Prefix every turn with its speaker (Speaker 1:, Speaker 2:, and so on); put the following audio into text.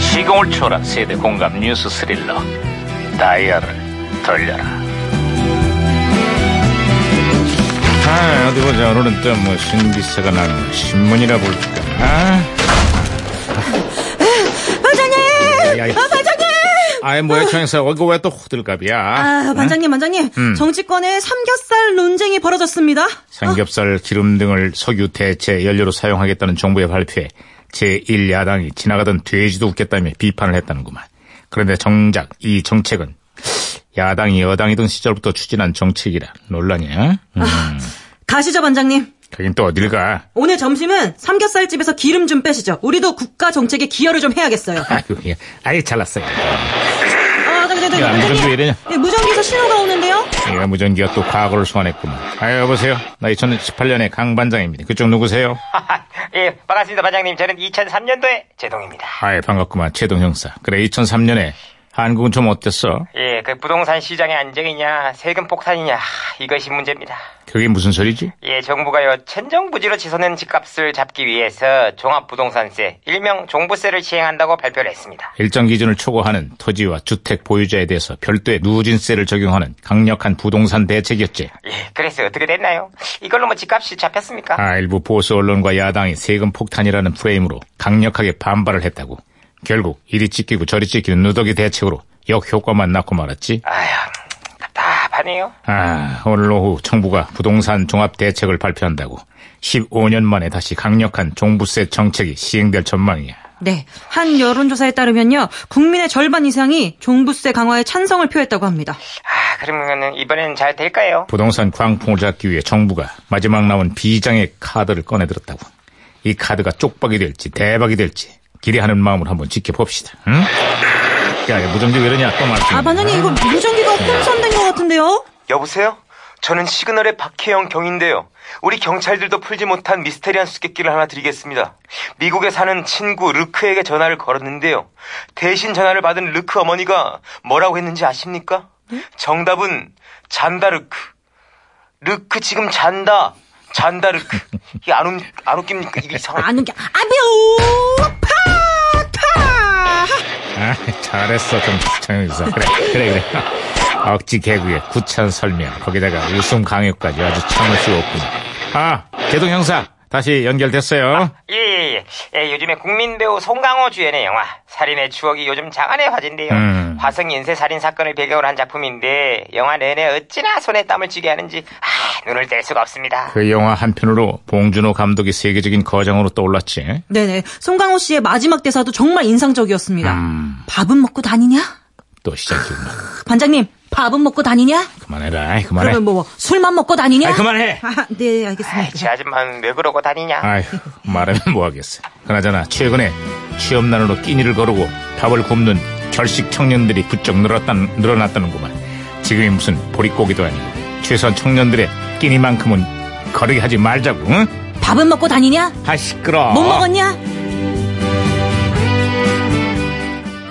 Speaker 1: 시공을 초월한 세대 공감 뉴스 스릴러 다이얼을 돌려라 아 어디 보자 오늘은 또 무슨 기사가 나는 신문이라 볼까 아
Speaker 2: 반장님!
Speaker 1: 야, 야.
Speaker 2: 아, 반장님!
Speaker 1: 아이 뭐야 청행사 이거 왜 또 호들갑이야
Speaker 2: 아, 반장님, 반장님.
Speaker 1: 음.
Speaker 2: 정치권에 삼겹살 논쟁이 벌어졌습니다.
Speaker 1: 삼겹살 기름 등을 석유 대체 연료로 사용하겠다는 정부의 발표에 제1야당이 지나가던 돼지도 웃겠다며 비판을 했다는구만. 그런데 정작 이 정책은 야당이 여당이던 시절부터 추진한 정책이라 논란이야. 음,
Speaker 2: 가시죠, 반장님.
Speaker 1: 거긴 또 어딜 가.
Speaker 2: 오늘 점심은 삼겹살집에서 기름 좀 빼시죠. 우리도 국가 정책에 기여를 좀 해야겠어요.
Speaker 1: 아이고, 예. 아예 잘났어요.
Speaker 2: 아, 반장님,
Speaker 1: 야, 무전기 왜
Speaker 2: 반장님.
Speaker 1: 이러냐.
Speaker 2: 예, 무전기에서 신호가 오는데요?
Speaker 1: 이 무전기가 또 과거를 소환했구만. 아 여보세요. 나 2018년의 강반장입니다. 그쪽 누구세요?
Speaker 3: 예, 반갑습니다, 반장님. 저는 2003년도에 제동입니다.
Speaker 1: 아이, 반갑구만. 최동 형사. 그래, 2003년에 한국은 좀 어땠어?
Speaker 3: 예, 그 부동산 시장의 안정이냐, 세금 폭탄이냐, 하, 이것이 문제입니다.
Speaker 1: 그게 무슨 소리지?
Speaker 3: 예, 정부가요, 천정부지로 치솟는 집값을 잡기 위해서 종합부동산세, 일명 종부세를 시행한다고 발표를 했습니다.
Speaker 1: 일정 기준을 초과하는 토지와 주택 보유자에 대해서 별도의 누진세를 적용하는 강력한 부동산 대책이었지.
Speaker 3: 예, 그래서 어떻게 됐나요? 이걸로 뭐 집값이 잡혔습니까?
Speaker 1: 아, 일부 보수 언론과 야당이 세금 폭탄이라는 프레임으로 강력하게 반발을 했다고. 결국 이리 찢기고 저리 찢기는 누더기 대책으로 역효과만 낳고 말았지.
Speaker 3: 아휴, 답답하네요.
Speaker 1: 아, 오늘 오후 정부가 부동산 종합 대책을 발표한다고. 15년 만에 다시 강력한 종부세 정책이 시행될 전망이야.
Speaker 2: 네. 한 여론조사에 따르면요. 국민의 절반 이상이 종부세 강화에 찬성을 표했다고 합니다.
Speaker 3: 아, 그러면은 이번엔 잘 될까요?
Speaker 1: 부동산 광풍을 잡기 위해 정부가 마지막 나온 비장의 카드를 꺼내들었다고. 이 카드가 쪽박이 될지 대박이 될지 기대하는 마음으로 한번 지켜봅시다. 응? 야, 야 무전기 왜 이러냐 또 말씀.
Speaker 2: 아, 반장님, 이거 무전기가 혼선된 것 같은데요?
Speaker 3: 여보세요? 저는 시그널의 박혜영 경인데요. 우리 경찰들도 풀지 못한 미스테리한 수수께끼를 하나 드리겠습니다. 미국에 사는 친구 르크에게 전화를 걸었는데요. 대신 전화를 받은 르크 어머니가 뭐라고 했는지 아십니까? 정답은 잔다 르크. 르크 지금 잔다. 잔다 르크. 이게 안, 웃, 안 웃깁니까? 이게 이상한.
Speaker 2: 안 웃겨. 아벼! 파! 파!
Speaker 1: 아, 잘했어 좀 정해서 그래 그래 그래. 억지 개그에 구찬 설명 거기다가 웃음 강요까지 아주 참을 수가 없군요. 아, 개동 형사 다시 연결됐어요.
Speaker 3: 예, 예, 예. 예, 요즘에 국민 배우 송강호 주연의 영화 살인의 추억이 요즘 장안의 화제인데요.
Speaker 1: 음.
Speaker 3: 화성 연쇄 살인 사건을 배경으로 한 작품인데 영화 내내 어찌나 손에 땀을 쥐게 하는지 아, 눈을 뗄 수가 없습니다.
Speaker 1: 그 영화 한 편으로 봉준호 감독이 세계적인 거장으로 떠올랐지.
Speaker 2: 네네. 송강호 씨의 마지막 대사도 정말 인상적이었습니다. 밥은 먹고 다니냐?
Speaker 1: 음, 또 시작이구나.
Speaker 2: 반장님, 밥은 먹고 다니냐?
Speaker 1: 그만해라. 아이, 그만해.
Speaker 2: 그러면 뭐 술만 먹고 다니냐?
Speaker 1: 아이, 그만해.
Speaker 2: 아, 네,
Speaker 3: 아이,
Speaker 2: 알겠습니다.
Speaker 3: 저 아줌마는 왜 그러고 다니냐?
Speaker 1: 아휴, 말하면 뭐하겠어. 그나저나 최근에 취업난으로 끼니를 거르고 밥을 굶는 결식 청년들이 부쩍 늘었단, 늘어났다는구만. 지금이 무슨 보릿고기도 아니고 최소한 청년들의 끼니만큼은 거르게 하지 말자고. 응?
Speaker 2: 밥은 먹고 다니냐?
Speaker 1: 아 시끄러.
Speaker 2: 못 먹었냐?